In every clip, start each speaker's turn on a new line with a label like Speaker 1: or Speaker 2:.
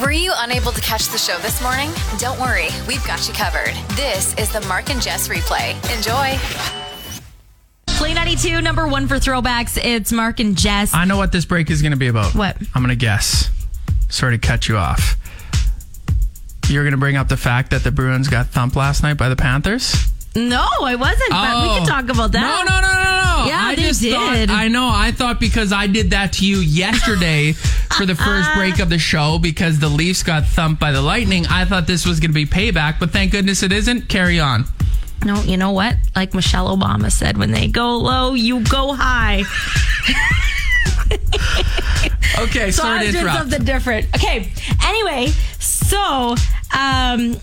Speaker 1: Were you unable to catch the show this morning? Don't worry, we've got you covered. This is the Mark and Jess replay. Enjoy.
Speaker 2: Play 92, number one for throwbacks. It's Mark and Jess.
Speaker 3: I know what this break is going to be about.
Speaker 2: What?
Speaker 3: I'm going to guess. Sort of cut you off. You're going to bring up the fact that the Bruins got thumped last night by the Panthers?
Speaker 2: no, I wasn't, but we can talk about that.
Speaker 3: Oh. No, no, no, no, no.
Speaker 2: Yeah,
Speaker 3: I
Speaker 2: they
Speaker 3: just
Speaker 2: did.
Speaker 3: Thought, I know. I thought because I did that to you yesterday for the first break of the show because the Leafs got thumped by the Lightning. I thought this was going to be payback, but thank goodness it isn't. Carry on.
Speaker 2: No, you know what? Like Michelle Obama said, when they go low, you go high.
Speaker 3: Okay, sorry to
Speaker 2: did
Speaker 3: interrupt.
Speaker 2: something different. Okay. Anyway, so um,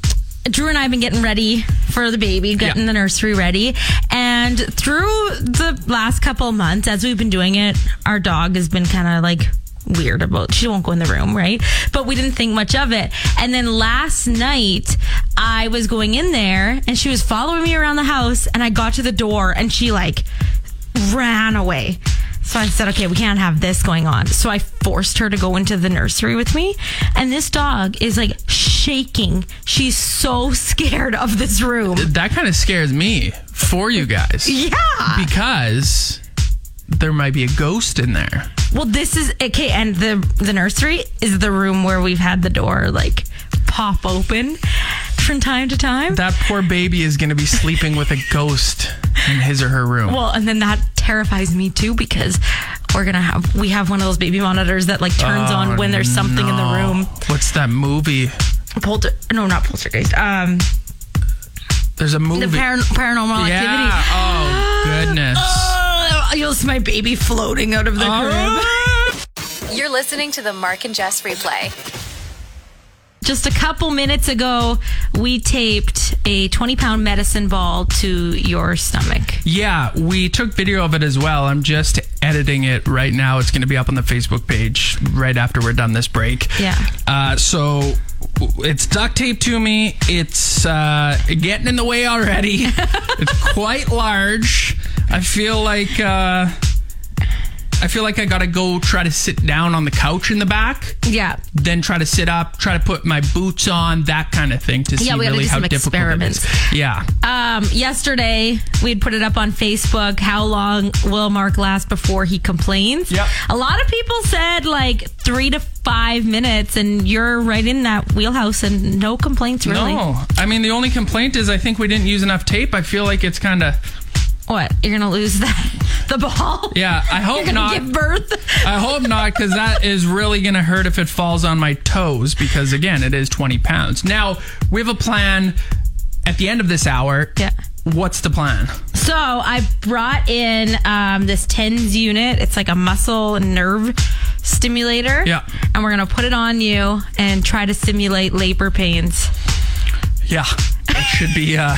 Speaker 2: Drew and I have been getting ready for the baby, getting
Speaker 3: Yeah.
Speaker 2: the nursery ready, and through the last couple of months, as we've been doing it, our dog has been kind of like weird about she won't go in the room right but we didn't think much of it and then last night i was going in there and she was following me around the house and i got to the door and she like ran away. So I said, okay, we can't have this going on. So I forced her to go into the nursery with me. And this dog is like shaking. She's so scared of this room.
Speaker 3: that kind of scares me for you guys.
Speaker 2: Yeah.
Speaker 3: Because there might be a ghost in there.
Speaker 2: Well, this is okay. And the, the nursery is the room where we've had the door like pop open from time to time.
Speaker 3: That poor baby is going to be sleeping with a ghost in his or her room.
Speaker 2: Well, and then that terrifies me too because we're going to have, we have one of those baby monitors that like turns on when there's
Speaker 3: Oh,
Speaker 2: something in the room.
Speaker 3: What's that movie?
Speaker 2: Polter, no, not poltergeist. Um,
Speaker 3: There's a movie.
Speaker 2: the paran- paranormal
Speaker 3: yeah.
Speaker 2: activity.
Speaker 3: Oh goodness.
Speaker 2: Oh, you'll see my baby floating out of the Oh,
Speaker 3: Oh.
Speaker 2: crib.
Speaker 1: You're listening to the Mark and Jess replay.
Speaker 2: Just a couple minutes ago, we taped a 20 pound medicine ball to your stomach.
Speaker 3: Yeah, we took video of it as well. I'm just editing it right now. It's going to be up on the Facebook page right after we're done this break.
Speaker 2: Yeah.
Speaker 3: Uh, so it's duct tape to me. It's uh, getting in the way already. it's quite large. I feel like uh, I feel like I gotta go try to sit down on the couch in the back.
Speaker 2: Yeah.
Speaker 3: Then try to sit up, try to put my boots on, that kind of thing to see
Speaker 2: Yeah, we gotta
Speaker 3: really
Speaker 2: do
Speaker 3: how
Speaker 2: some
Speaker 3: difficult
Speaker 2: experiments.
Speaker 3: it is. Yeah.
Speaker 2: Um, yesterday, we had put it up on Facebook. How long will Mark last before he complains?
Speaker 3: Yep.
Speaker 2: A lot of people said like three to five minutes, and you're right in that wheelhouse, and no complaints really.
Speaker 3: No, I mean the only complaint is I think we didn't use enough tape. I feel like it's kind of
Speaker 2: What? You're going to lose that, the ball?
Speaker 3: yeah. I hope
Speaker 2: You're gonna
Speaker 3: not.
Speaker 2: give birth.
Speaker 3: I hope not because that is really gonna hurt if it falls on my toes because again it is twenty pounds. Now we have a plan at the end of this hour.
Speaker 2: Yeah.
Speaker 3: What's the plan?
Speaker 2: So I brought in um, this TENS unit. It's like a muscle and nerve stimulator.
Speaker 3: Yeah.
Speaker 2: And we're gonna put it on you and try to simulate labor pains.
Speaker 3: Yeah, it should be. uh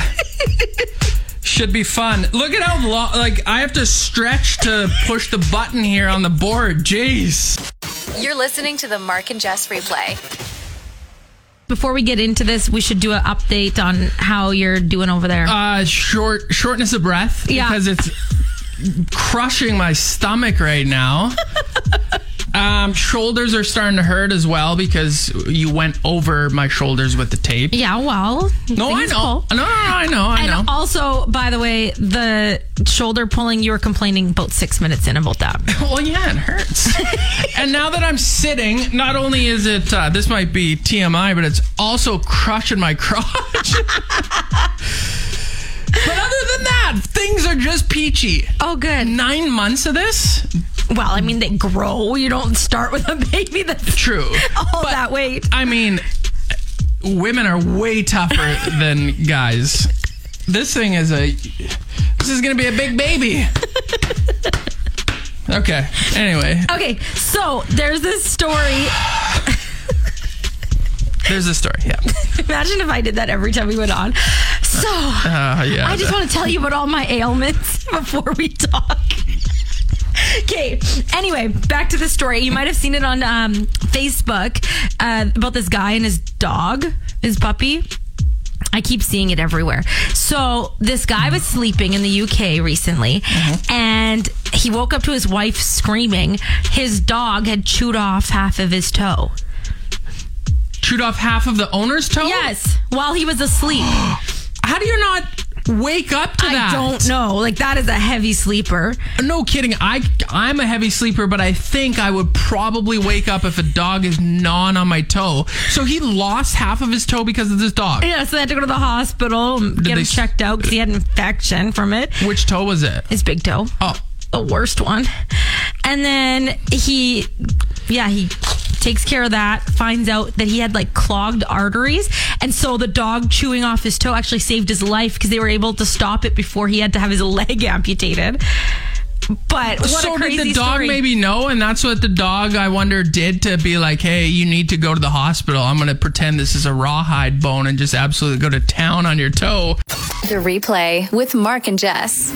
Speaker 3: Should be fun. Look at how long. Like I have to stretch to push the button here on the board. Jeez.
Speaker 1: You're listening to the Mark and Jess replay.
Speaker 2: Before we get into this, we should do an update on how you're doing over there.
Speaker 3: uh short shortness of breath
Speaker 2: Yeah.
Speaker 3: because it's crushing my stomach right now um shoulders are starting to hurt as well because you went over my shoulders with the tape
Speaker 2: yeah, well,
Speaker 3: no i
Speaker 2: things
Speaker 3: know
Speaker 2: pull.
Speaker 3: no, no no i know i
Speaker 2: And
Speaker 3: know
Speaker 2: also, by the way, the shoulder pulling, you were complaining about six minutes in about that.
Speaker 3: well yeah it hurts and now that i'm sitting not only is it uh, this might be tmi but it's also crushing my crotch but other than that things are just peachy
Speaker 2: Oh, good.
Speaker 3: nine months of this
Speaker 2: Well, I mean, they grow. You don't start with a baby that's
Speaker 3: true
Speaker 2: all that weight.
Speaker 3: I mean, women are way tougher than guys. This thing is a. This is gonna be a big baby. Okay. Anyway,
Speaker 2: Okay, so there's this story.
Speaker 3: There's a story. Yeah.
Speaker 2: Imagine if I did that every time we went on. So,
Speaker 3: Uh, yeah.
Speaker 2: I just want to tell you about all my ailments before we talk. Okay. Anyway, back to the story. You might have seen it on um, Facebook uh, about this guy and his dog, his puppy. I keep seeing it everywhere. So this guy was sleeping in the UK recently,
Speaker 3: Uh-huh.
Speaker 2: and he woke up to his wife screaming. His dog had chewed off half of his toe.
Speaker 3: Oh. chewed off half of the owner's toe.
Speaker 2: Yes, while he was asleep.
Speaker 3: How do you not wake up to
Speaker 2: I
Speaker 3: that?
Speaker 2: don't know. Like that is a heavy sleeper.
Speaker 3: No kidding. I I'm a heavy sleeper, but I think I would probably wake up if a dog is gnawing on my toe. So he lost half of his toe because of this dog.
Speaker 2: Yeah, so they had to go to the hospital, and get
Speaker 3: they
Speaker 2: him
Speaker 3: s-
Speaker 2: checked out because he had an infection from it.
Speaker 3: Which toe was it?
Speaker 2: His big toe,
Speaker 3: Oh,
Speaker 2: the worst one. And then he, yeah, he takes care of that. Finds out that he had like clogged arteries, and so the dog chewing off his toe actually saved his life because they were able to stop it before he had to have his leg amputated. But what
Speaker 3: so
Speaker 2: a crazy
Speaker 3: did the dog
Speaker 2: story.
Speaker 3: maybe know, and that's what the dog I wonder did to be like, hey, you need to go to the hospital. I'm gonna pretend this is a rawhide bone and just absolutely go to town on your toe.
Speaker 1: The replay with Mark and Jess.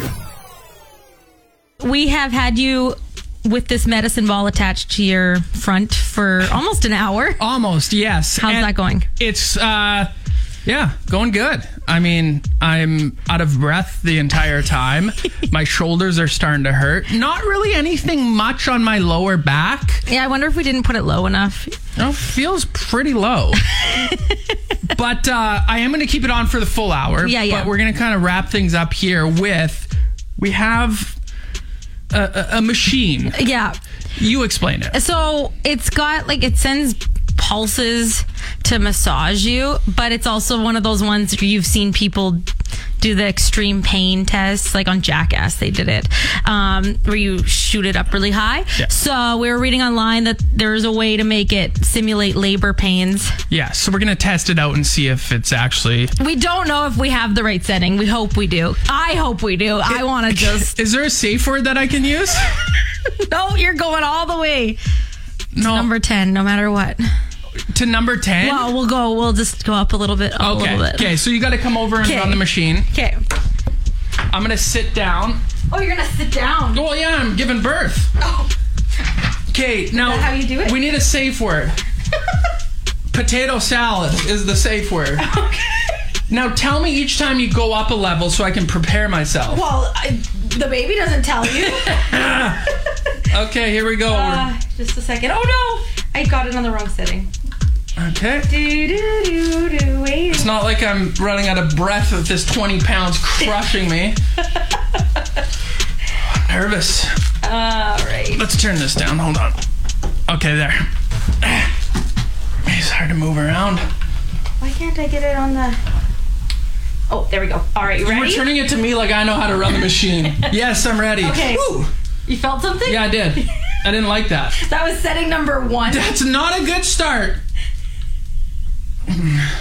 Speaker 2: we have had you with this medicine ball attached to your front for almost an hour.
Speaker 3: Almost, yes.
Speaker 2: How's
Speaker 3: And
Speaker 2: that going?
Speaker 3: It's uh yeah, going good. I mean, I'm out of breath the entire time. my shoulders are starting to hurt. Not really anything much on my lower back.
Speaker 2: Yeah, I wonder if we didn't put it low enough.
Speaker 3: Oh, feels pretty low. but uh, I am going to keep it on for the full hour.
Speaker 2: Yeah, yeah.
Speaker 3: But we're going to kind of wrap things up here with we have a, a, a machine.
Speaker 2: Yeah.
Speaker 3: You explain it.
Speaker 2: So it's got like it sends pulses to massage you, but it's also one of those ones that you've seen people do the extreme pain tests, like on Jackass, they did it, um, where you shoot it up really high.
Speaker 3: Yeah.
Speaker 2: So we were reading online that there is a way to make it simulate labor pains.
Speaker 3: Yeah, so we're going to test it out and see if it's actually
Speaker 2: We don't know if we have the right setting. We hope we do. I hope we do. I want to just.
Speaker 3: Is there a safe word that I can use?
Speaker 2: No, you're going all the way.
Speaker 3: No.
Speaker 2: Number 10, no matter what.
Speaker 3: to number 10.
Speaker 2: Well, we'll go. We'll just go up a little bit. A
Speaker 3: okay.
Speaker 2: little bit.
Speaker 3: Okay, so you got to come over and
Speaker 2: Okay.
Speaker 3: run the machine.
Speaker 2: Okay.
Speaker 3: I'm going to sit down.
Speaker 2: Oh, you're going to sit down.
Speaker 3: Well, yeah, I'm giving birth.
Speaker 2: Oh.
Speaker 3: Okay, now
Speaker 2: that how you do it?
Speaker 3: We need a safe word. Potato salad is the safe word.
Speaker 2: Okay.
Speaker 3: Now tell me each time you go up a level so I can prepare myself.
Speaker 2: Well, I, the baby doesn't tell you.
Speaker 3: Okay, here we go.
Speaker 2: uh, just a second. Oh, no. I got it on the wrong setting.
Speaker 3: okay.
Speaker 2: Do, do, do, do. Wait.
Speaker 3: It's not like I'm running out of breath with this 20 pounds crushing me. I'm nervous.
Speaker 2: All right.
Speaker 3: Let's turn this down. Hold on. Okay, there. It's hard to move around.
Speaker 2: Why can't I get it on the. Oh, there we go. All right. You
Speaker 3: You were
Speaker 2: ready?
Speaker 3: turning it to me like I know how to run the machine. yes, I'm ready.
Speaker 2: Okay.
Speaker 3: Woo.
Speaker 2: You felt something?
Speaker 3: Yeah, I did. I didn't like that.
Speaker 2: That was setting number one.
Speaker 3: That's not a good start.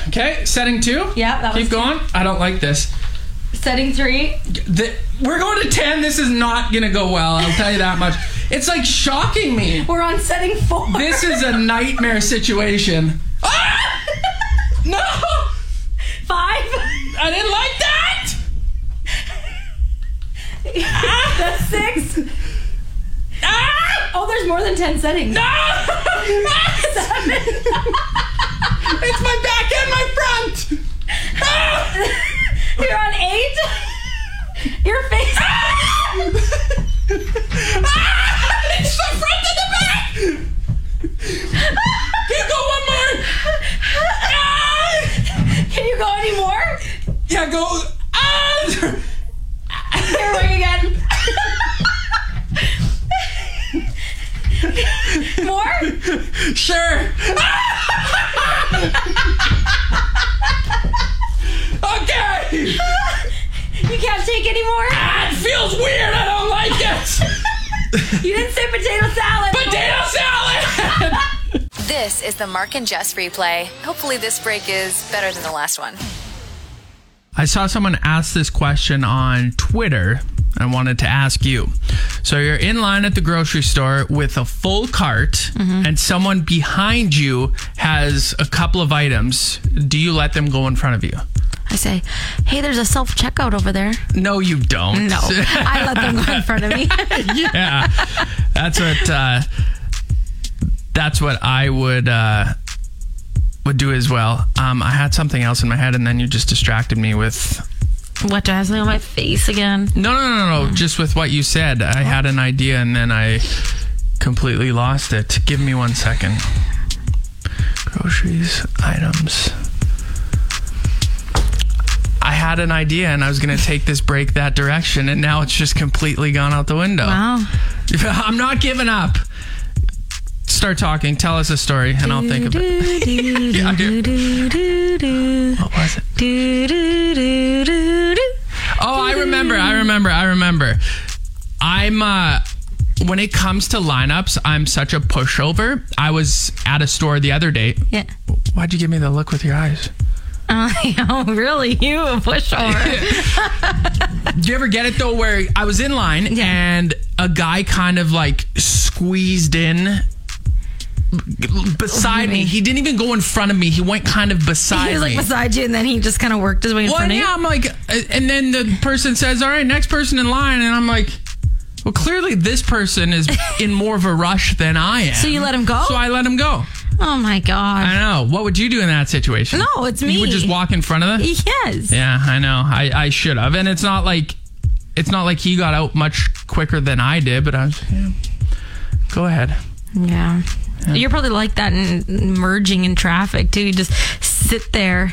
Speaker 3: Okay, setting two.
Speaker 2: Yeah, that
Speaker 3: Keep
Speaker 2: was-
Speaker 3: going. I don't like this.
Speaker 2: Setting three.
Speaker 3: The- we're going to 10. This is not going to go well. I'll tell you that much. It's like shocking me.
Speaker 2: We're on setting four.
Speaker 3: This is a nightmare situation. Ah! No!
Speaker 2: five.
Speaker 3: I didn't like that!
Speaker 2: That's six.
Speaker 3: Ah!
Speaker 2: Oh, there's more than ten settings.
Speaker 3: Ah! It's my back and my front! Ah!
Speaker 2: You're on eight. Your face.
Speaker 3: Ah! It's the front and the back! Can you go one more? Ah!
Speaker 2: Can you go any more?
Speaker 3: Yeah, go. Ah!
Speaker 2: You're going again. more.
Speaker 3: Sure. Ah! okay!
Speaker 2: You can't take any more.
Speaker 3: Ah, it feels weird. I don't like it.
Speaker 2: You didn't say potato salad.
Speaker 3: Potato salad.
Speaker 1: This is the Mark and Jess replay. Hopefully, this break is better than the last one.
Speaker 3: I saw someone ask this question on Twitter. I wanted to ask you. So you're in line at the grocery store with a full cart, and someone behind you has a couple of items. Do you let them go in front of you?
Speaker 2: I say, hey, there's a self checkout over there.
Speaker 3: No, you don't.
Speaker 2: No, I let them go in front of me.
Speaker 3: yeah, that's what uh, that's what I would uh, would do as well. Um, I had something else in my head, and then you just distracted me with
Speaker 2: what do I say on my face again?
Speaker 3: no, no, no, no, no. Just with what you said, I had an idea, and then I completely lost it. Give me one second. Groceries, items. I had an idea and I was going to take this break that direction, and now it's just completely gone out the window.
Speaker 2: Wow.
Speaker 3: I'm not giving up. Start talking. Tell us a story, and I'll think of it. Yeah, I do. What was it? Oh, I remember. I remember. I remember. I'm uh when it comes to lineups, I'm such a pushover. I was at a store the other day.
Speaker 2: Yeah.
Speaker 3: Why'd you give me the look with your eyes?
Speaker 2: Oh, really? You a pushover?
Speaker 3: Do you ever get it though where I was in line
Speaker 2: Yeah.
Speaker 3: and a guy kind of like squeezed in beside me. He didn't even go in front of me. He went kind of beside
Speaker 2: he was like
Speaker 3: me.
Speaker 2: beside you, and then he just kind of worked his way in
Speaker 3: Well,
Speaker 2: front of
Speaker 3: yeah, I'm like, uh, and then the person says, "All right, next person in line," and I'm like, "Well, clearly this person is in more of a rush than I am."
Speaker 2: So you let him go?
Speaker 3: So I let him go.
Speaker 2: you. Oh my god.
Speaker 3: I know. What would you do in that situation?
Speaker 2: No, it's me.
Speaker 3: You would just walk in front of them.
Speaker 2: Yes.
Speaker 3: Yeah, I know. I I should have, and it's not like it's not like he got out much quicker than I did, but I was. Yeah. Go ahead.
Speaker 2: Yeah. You're probably like that in merging in traffic too. You just sit there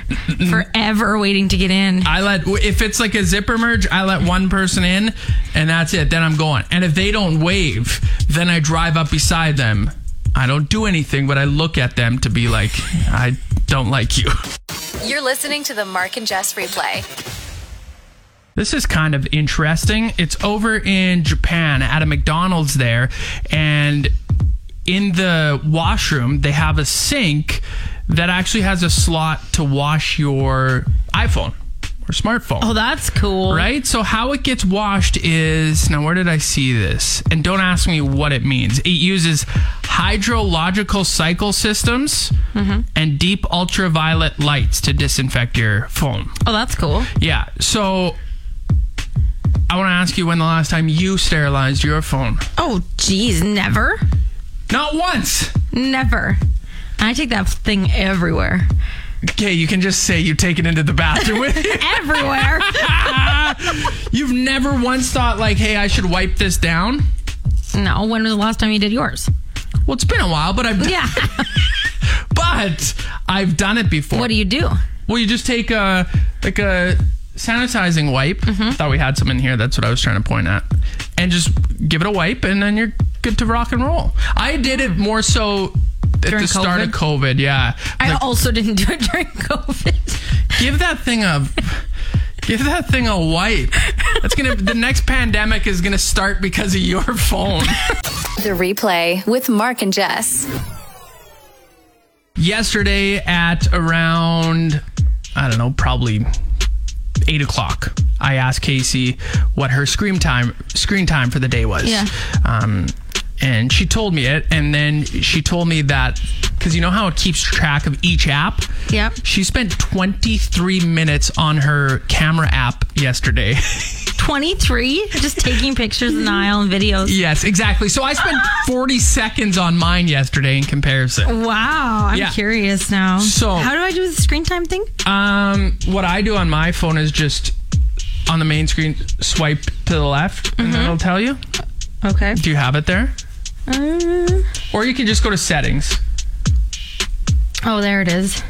Speaker 2: forever waiting to get in.
Speaker 3: I let if it's like a zipper merge, I let one person in, and that's it. Then I'm going. And if they don't wave, then I drive up beside them. I don't do anything, but I look at them to be like, I don't like you.
Speaker 1: You're listening to the Mark and Jess replay.
Speaker 3: This is kind of interesting. It's over in Japan at a McDonald's there, and in the washroom they have a sink that actually has a slot to wash your iPhone or smartphone.
Speaker 2: Oh, that's cool.
Speaker 3: Right? So, how it gets washed is now, where did I see this? And don't ask me what it means. It uses hydrological cycle systems
Speaker 2: Mm-hmm.
Speaker 3: and deep ultraviolet lights to disinfect your phone.
Speaker 2: Oh, that's cool.
Speaker 3: Yeah. So, I want to ask you when the last time you sterilized your phone?
Speaker 2: Oh, geez, never,
Speaker 3: Not once.
Speaker 2: never. I take that thing everywhere,
Speaker 3: Okay, you can just say you take it into the bathroom with you.
Speaker 2: everywhere.
Speaker 3: You've never once thought, like, hey, I should wipe this down?
Speaker 2: no, when was the last time you did yours?
Speaker 3: Well, it's been a while, but I've
Speaker 2: Yeah.
Speaker 3: but I've done it before.
Speaker 2: what do you do?
Speaker 3: Well, you just take a like a sanitizing wipe.
Speaker 2: Mm-hmm.
Speaker 3: Thought we had some in here. That's what I was trying to point at. And just give it a wipe, and then you're good to rock and roll. I did it more so at
Speaker 2: During
Speaker 3: the start of COVID. Yeah,
Speaker 2: I
Speaker 3: Like,
Speaker 2: also didn't do it during COVID.
Speaker 3: give that thing a. Give that thing a wipe. That's gonna. the next pandemic is gonna start because of your phone.
Speaker 1: The replay with Mark and Jess.
Speaker 3: yesterday at around I don't know, probably eight o'clock. I asked Casey what her screen time screen time for the day was.
Speaker 2: Yeah.
Speaker 3: Um, and she told me it, and then she told me that because you know how it keeps track of each app.
Speaker 2: Yep.
Speaker 3: She spent 23 minutes on her camera app yesterday.
Speaker 2: 23, just taking pictures in the aisle and videos.
Speaker 3: yes, exactly. So I spent 40 seconds on mine yesterday in comparison.
Speaker 2: Wow, I'm
Speaker 3: Yeah.
Speaker 2: curious now.
Speaker 3: So-
Speaker 2: how do I do the screen time thing?
Speaker 3: Um, what I do on my phone is just on the main screen swipe to the left, and it'll tell you.
Speaker 2: Okay.
Speaker 3: Do you have it there?
Speaker 2: Uh,
Speaker 3: Or you can just go to settings.
Speaker 2: oh, there it is.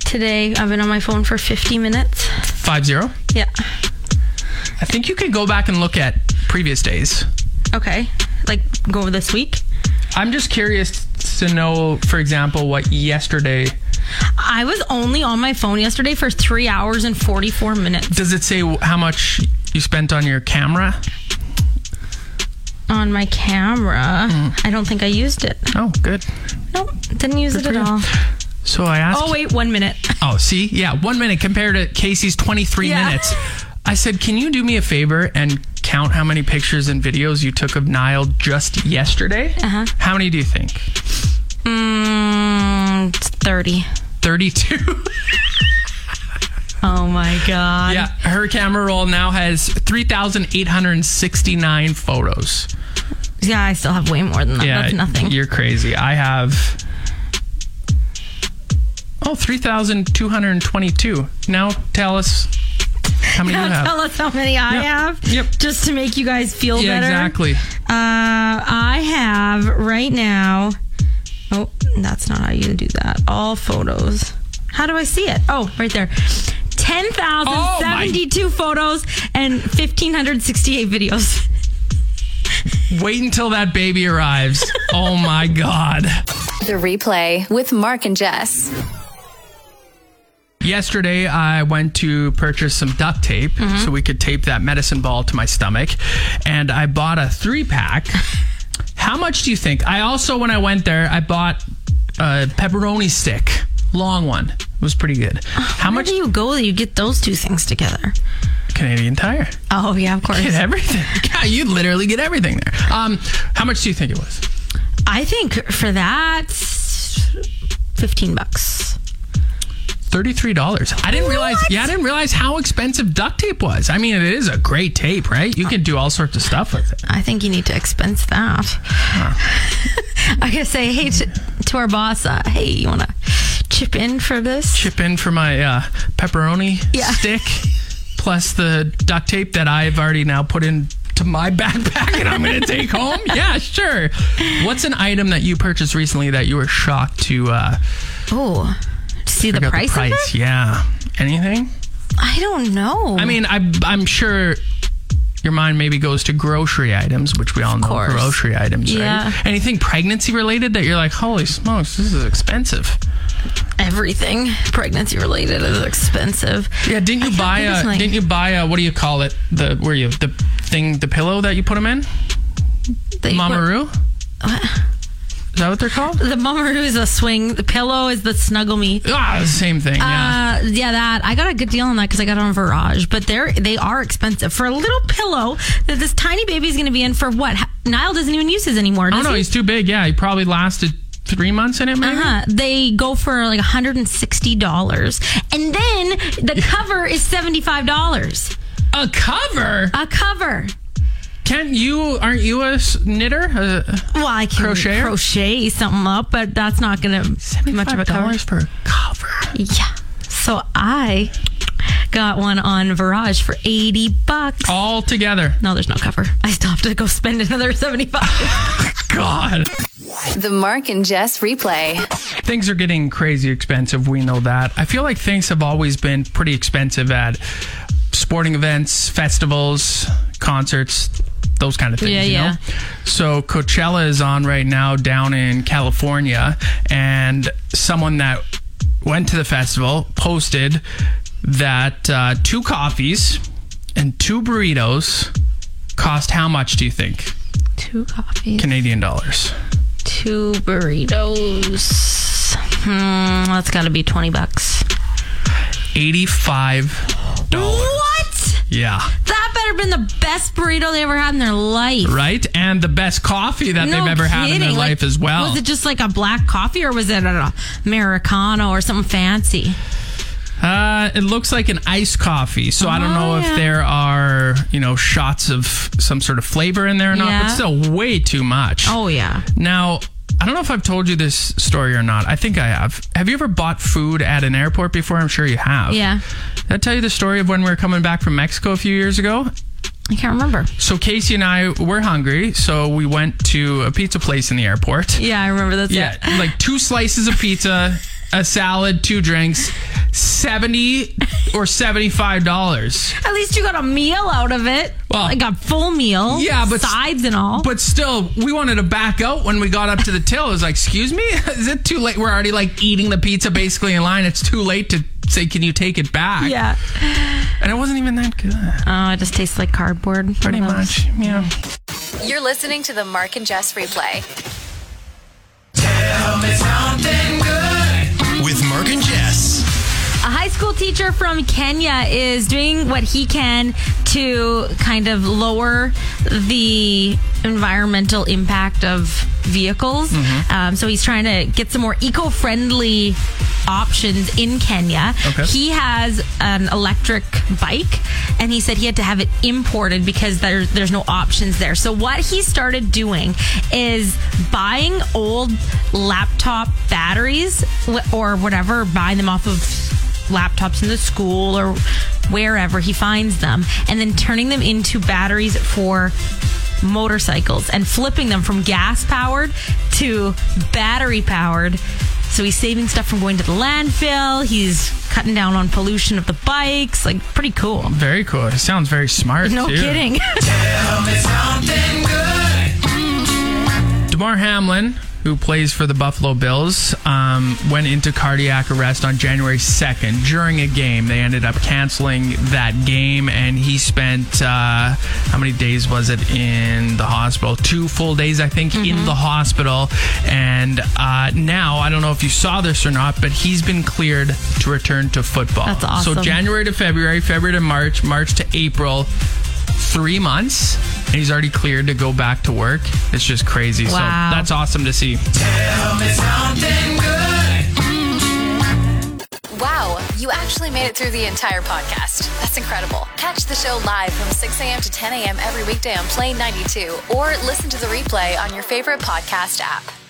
Speaker 2: Today I've been on my phone for 50 minutes.
Speaker 3: Five zero.
Speaker 2: Yeah.
Speaker 3: I think you could go back and look at previous days.
Speaker 2: Okay. Like go this week.
Speaker 3: I'm just curious to know, for example, what yesterday
Speaker 2: I was only on my phone yesterday for three hours and 44 minutes
Speaker 3: does it say how much you spent on your camera?
Speaker 2: on my camera.
Speaker 3: Mm.
Speaker 2: I don't think I used it.
Speaker 3: Oh, good.
Speaker 2: Nope, didn't use it
Speaker 3: for
Speaker 2: at
Speaker 3: you.
Speaker 2: all.
Speaker 3: So I asked.
Speaker 2: Oh, wait, one minute.
Speaker 3: Oh, see, yeah, one minute compared to Casey's 23
Speaker 2: Yeah.
Speaker 3: minutes. I said, "Can you do me a favor and count how many pictures and videos you took of Niall just yesterday? Uh-huh. How many do you think?
Speaker 2: Mm, 30.
Speaker 3: Thirty-two.
Speaker 2: Oh my God.
Speaker 3: yeah, her camera roll now has three thousand eight hundred sixty-nine photos.
Speaker 2: Yeah, I still have way more than that.
Speaker 3: Yeah,
Speaker 2: That's nothing.
Speaker 3: You're crazy. I have oh three thousand two hundred twenty-two. Now tell us how many you
Speaker 2: Now
Speaker 3: have.
Speaker 2: tell us how many I
Speaker 3: Yeah.
Speaker 2: have.
Speaker 3: Yep.
Speaker 2: Just to make you guys feel
Speaker 3: yeah,
Speaker 2: better.
Speaker 3: exactly.
Speaker 2: Uh, I have right now. Oh, that's not how you do that. All photos. How do I see it? Oh, right there. 10,072 photos and 1,568 videos.
Speaker 3: Wait until that baby arrives. oh my god.
Speaker 1: The replay with Mark and Jess.
Speaker 3: Yesterday, I went to purchase some duct tape so we could tape that medicine ball to my stomach, and I bought a three pack. How much do you think? I also, when I went there, I bought a pepperoni stick, long one. It was pretty good. How
Speaker 2: Where
Speaker 3: much?
Speaker 2: do you go that you get those two things together?
Speaker 3: Canadian Tire.
Speaker 2: Oh, yeah, of course.
Speaker 3: Get everything. God, you literally get everything there. Um, how much do you think it was?
Speaker 2: I think for that, 15 bucks.
Speaker 3: Thirty-three dollars. I didn't realize.
Speaker 2: What?
Speaker 3: Yeah, I didn't realize how expensive duct tape was. I mean, it is a great tape, right? You can do all sorts of stuff with it.
Speaker 2: I think you need to expense that. I gotta say, hey, to, to our boss, uh, hey, you wanna chip in for this?
Speaker 3: chip in for my uh, pepperoni
Speaker 2: Yeah.
Speaker 3: stick plus the duct tape that I've already now put into my backpack and I'm going to take home. Yeah, sure. What's an item that you purchased recently that you were shocked to uh,
Speaker 2: Oh, to see the
Speaker 3: figure out
Speaker 2: price,
Speaker 3: the
Speaker 2: of
Speaker 3: price?
Speaker 2: it?
Speaker 3: Yeah. Anything?
Speaker 2: I don't know.
Speaker 3: I mean, I, I'm sure your mind maybe goes to grocery items, which we all know
Speaker 2: course.
Speaker 3: grocery items,
Speaker 2: Yeah.
Speaker 3: right? Anything pregnancy related that you're like, holy smokes, this is expensive.
Speaker 2: everything pregnancy related is expensive.
Speaker 3: Yeah, didn't you
Speaker 2: I
Speaker 3: buy
Speaker 2: think
Speaker 3: a?
Speaker 2: it's like-
Speaker 3: didn't you buy a? What do you call it? The where you the thing the pillow that you put them in?
Speaker 2: The,
Speaker 3: Mamaroo. Is that what they're called?
Speaker 2: The Mamaroo is a swing. The pillow is the snuggle me.
Speaker 3: Ah, the same thing. Yeah.
Speaker 2: Uh, yeah, that I got a good deal on that because I got it on Virage, but they're they are expensive for a little pillow that this tiny baby's going to be in for what? Ha- Niall doesn't even use his anymore.
Speaker 3: oh
Speaker 2: Does
Speaker 3: no,
Speaker 2: he?
Speaker 3: he's too big. Yeah, he probably lasted three months in it. Maybe.
Speaker 2: Uh-huh. They go for like $160. And then the cover is $75.
Speaker 3: A cover?
Speaker 2: A cover.
Speaker 3: Can't you? Aren't you a s- knitter? Uh,
Speaker 2: Well, I can
Speaker 3: Crocheter?
Speaker 2: crochet something up, but that's not going to be much of a cover.
Speaker 3: dollars for a cover.
Speaker 2: Yeah. So I got one on Virage for 80 bucks.
Speaker 3: All together.
Speaker 2: No, there's no cover. I still have to go spend another 75.
Speaker 3: God.
Speaker 1: The Mark and Jess replay.
Speaker 3: Things are getting crazy expensive. We know that. I feel like things have always been pretty expensive at sporting events, festivals, concerts, those kind of things.
Speaker 2: Yeah,
Speaker 3: you
Speaker 2: yeah.
Speaker 3: Know? So Coachella is on right now down in California, and someone that went to the festival posted that uh, two coffees and two burritos cost how much? Do you think
Speaker 2: Two coffees.
Speaker 3: Canadian dollars?
Speaker 2: Two burritos. Hmm, that's got to be 20 bucks.
Speaker 3: Eighty-five.
Speaker 2: What?
Speaker 3: Yeah.
Speaker 2: That better been the best burrito they ever had in their life.
Speaker 3: right? And the best coffee that
Speaker 2: No
Speaker 3: they've ever had in their
Speaker 2: kidding. Like,
Speaker 3: life as well.
Speaker 2: Was it just like a black coffee or was it an Americano or something fancy?
Speaker 3: uh, it looks like an iced coffee, so I don't
Speaker 2: Oh,
Speaker 3: know
Speaker 2: yeah.
Speaker 3: if there are you know shots of some sort of flavor in there or not.
Speaker 2: Yeah.
Speaker 3: But still, way too much.
Speaker 2: Oh, yeah.
Speaker 3: Now, I don't know if I've told you this story or not. I think I have. Have you ever bought food at an airport before? I'm sure you have.
Speaker 2: Yeah.
Speaker 3: Did I tell you the story of when we were coming back from Mexico a few years ago?
Speaker 2: I can't remember.
Speaker 3: So Casey and I were hungry, so we went to a pizza place in the airport.
Speaker 2: Yeah, I remember that's
Speaker 3: Yeah,
Speaker 2: it.
Speaker 3: like two slices of pizza, a salad, two drinks, seventy or seventy-five dollars.
Speaker 2: At least you got a meal out of it.
Speaker 3: Well,
Speaker 2: I got full meal.
Speaker 3: Yeah, but-
Speaker 2: sides and all.
Speaker 3: But still, we wanted to back out when we got up to the till. It was like, excuse me, is it too late? We're already like eating the pizza basically in line. It's too late to say, can you take it back?
Speaker 2: yeah.
Speaker 3: and it wasn't even that good.
Speaker 2: Oh, it just tastes like cardboard.
Speaker 3: Pretty
Speaker 2: One of those.
Speaker 3: much, yeah.
Speaker 1: You're listening to the Mark and Jess replay.
Speaker 4: With Mark and Jess.
Speaker 2: A high school teacher from Kenya is doing what he can to kind of lower the environmental impact of vehicles. Um, so he's trying to get some more eco friendly options in Kenya.
Speaker 3: Okay.
Speaker 2: He has an electric bike and he said he had to have it imported because there, there's no options there. So what he started doing is buying old laptop batteries wh- or whatever, buying them off of laptops in the school or wherever he finds them and then turning them into batteries for motorcycles and flipping them from gas powered to battery powered. So he's saving stuff from going to the landfill. He's cutting down on pollution of the bikes. Like, pretty cool.
Speaker 3: Very cool. It sounds very smart.
Speaker 2: No
Speaker 3: too.
Speaker 2: kidding.
Speaker 3: Damar Hamlin, who plays for the Buffalo Bills, um, went into cardiac arrest on January 2nd during a game. They ended up canceling that game, and he spent uh, how many days was it in the hospital? Two full days, I think,
Speaker 2: Mm-hmm.
Speaker 3: in the hospital. And uh, now, I don't know if you saw this or not, but he's been cleared to return to football.
Speaker 2: That's awesome.
Speaker 3: So January to February, February to March, March to April three months and he's already cleared to go back to work. It's just crazy. So
Speaker 2: Wow.
Speaker 3: that's awesome to see.
Speaker 1: Wow, you actually made it through the entire podcast. That's incredible. Catch the show live from 6 a.m. to 10 a.m. every weekday on Play 92 or listen to the replay on your favorite podcast app.